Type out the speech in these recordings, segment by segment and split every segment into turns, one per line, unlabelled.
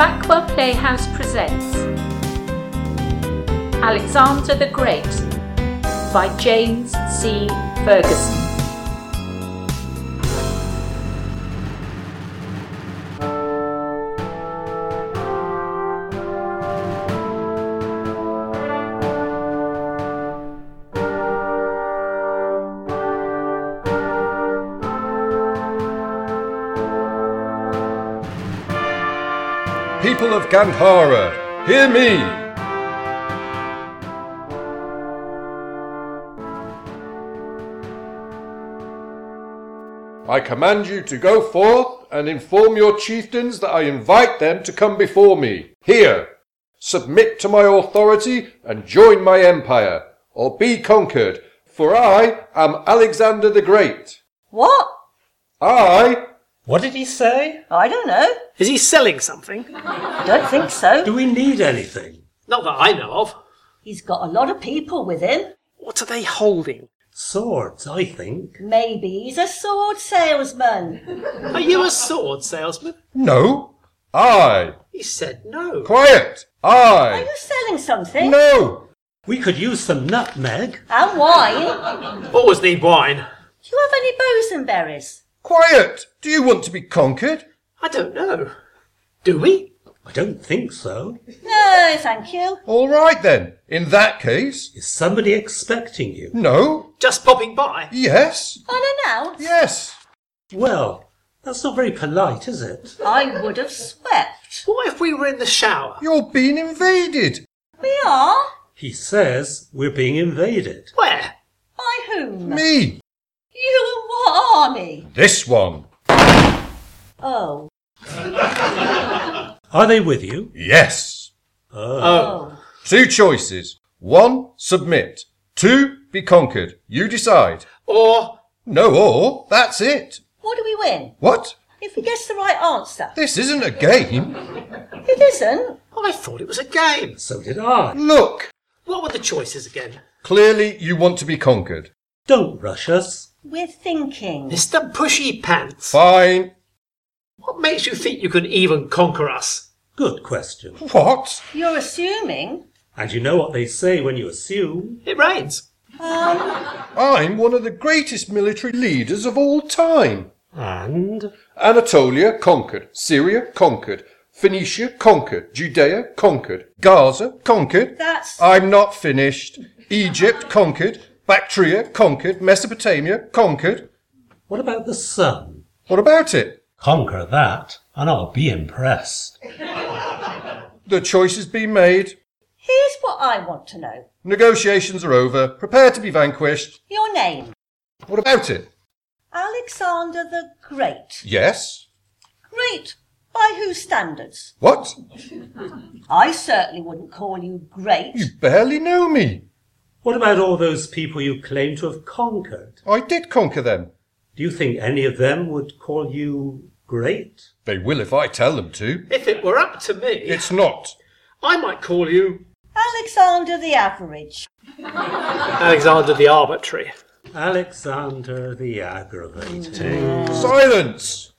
Alpha Playhouse presents Alexander the Great by James C. Ferguson.
People of Gandhara, hear me! I command you to go forth and inform your chieftains that I invite them to come before me, here. Submit to my authority and join my empire, or be conquered, for I am Alexander the Great.
What?
I
What did he say?
I don't know.
Is he selling something?
Don't think so.
Do we need anything?
Not that I know of.
He's got a lot of people with him.
What are they holding?
Swords, I think.
Maybe he's a sword salesman.
Are you a sword salesman?
No, I.
He said no.
Quiet!
Are you
I.
selling something?
No!
We could use some nutmeg.
And wine?
Always need wine.
Do you have any bosenberries?
Quiet! Do you want to be conquered?
I don't know. Do we?
I don't think so.
No, thank you.
All right then. In that case,
Is somebody expecting you?
no,
Just popping by.
yes,
Unannounced?
yes.
Well, that's not very polite, is it?
I would have swept.
What if we were in the shower?
You're being invaded.
We are?
He says we're being invaded.
Where?
By whom?
Me.
You and what army?
This one.
Oh.
Are they with you?
Yes.
Oh.
Oh.
Oh.
Two choices. One, submit. Two, be conquered. You decide.
Or
No or. That's it.
What do we win?
What?
If we guess the right answer.
This isn't a game.
It isn't.
oh, I thought it was a game.
So did I.
Look.
What were the choices again?
Clearly you want to be conquered.
Don't rush us.
We're thinking.
Mr. Pushy Pants.
Fine.
What makes you think you can even conquer us?
Good question.
What?
You're assuming.
And you know what they say when you assume?
It rains.
Um,
I'm one of the greatest military leaders of all time.
And?
Anatolia conquered, Syria conquered, Phoenicia conquered, Judea conquered, Gaza conquered.
That's-
I'm not finished. Egypt conquered, Bactria conquered, Mesopotamia conquered.
What about the sun?
What about it?
Conquer that, and I'll be impressed.
The choice has been made.
Here's what I want to know.
Negotiations are over. Prepare to be vanquished.
Your name.
What about it?
Alexander the Great.
Yes.
Great by whose standards?
What?
I certainly wouldn't call you great.
You barely know me.
What about all those people you claim to have conquered?
I did conquer them.
Do you think any of them would call you great?
They will if I tell them to.
If it were up to me,
It's not.
I might call you
Alexander the Average.
Alexander the Arbitrary.
Alexander the
Mm.
Aggravating.
Silence!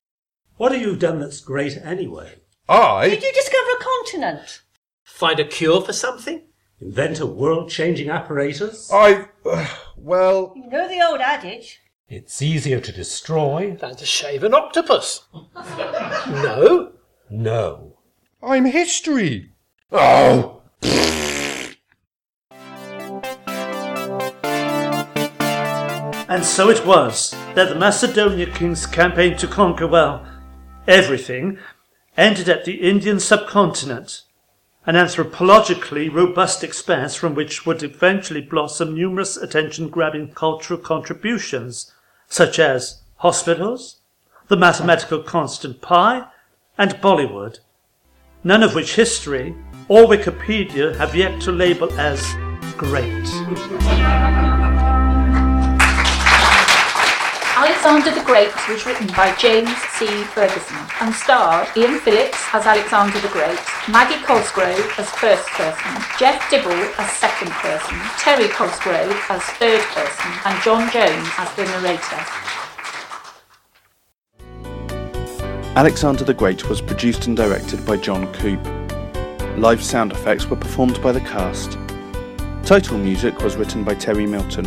What have you done that's great anyway?
I.
Did you discover a continent?
Find a cure for something?
Invent a world changing apparatus?
I. well.
You know the old adage.
It's easier to destroy?
than to shave an octopus. no,
No.
I'm history. Oh.
And so it was that the Macedonian king's campaign to conquer, well, everything, ended at the Indian subcontinent, an anthropologically robust expanse from which would eventually blossom numerous attention grabbing cultural contributions, such as hospitals, the mathematical constant pi, and Bollywood, none of which history or Wikipedia have yet to label as great.
Alexander the Great was written by James C. Ferguson and starred Ian Phillips as Alexander the Great, Maggie Cosgrove as first person, Jeff Dibble as second person, Terry Cosgrove as third person, and John Jones as the narrator.
Alexander the Great was produced and directed by John Coop. Live sound effects were performed by the cast. Title music was written by Terry Milton.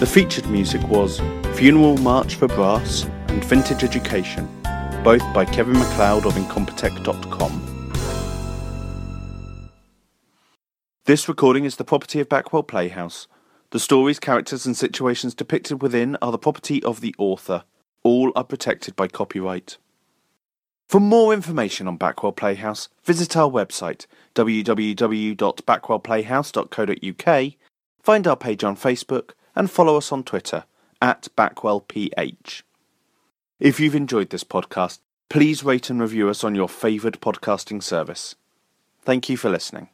The featured music was Funeral March for Brass and Vintage Education, both by Kevin McLeod of Incompetech.com. This recording is the property of Backwell Playhouse. The stories, characters, and situations depicted within are the property of the author. All are protected by copyright. For more information on Backwell Playhouse, visit our website www.backwellplayhouse.co.uk, find our page on Facebook, and follow us on Twitter at BackwellPH. If you've enjoyed this podcast, please rate and review us on your favoured podcasting service. Thank you for listening.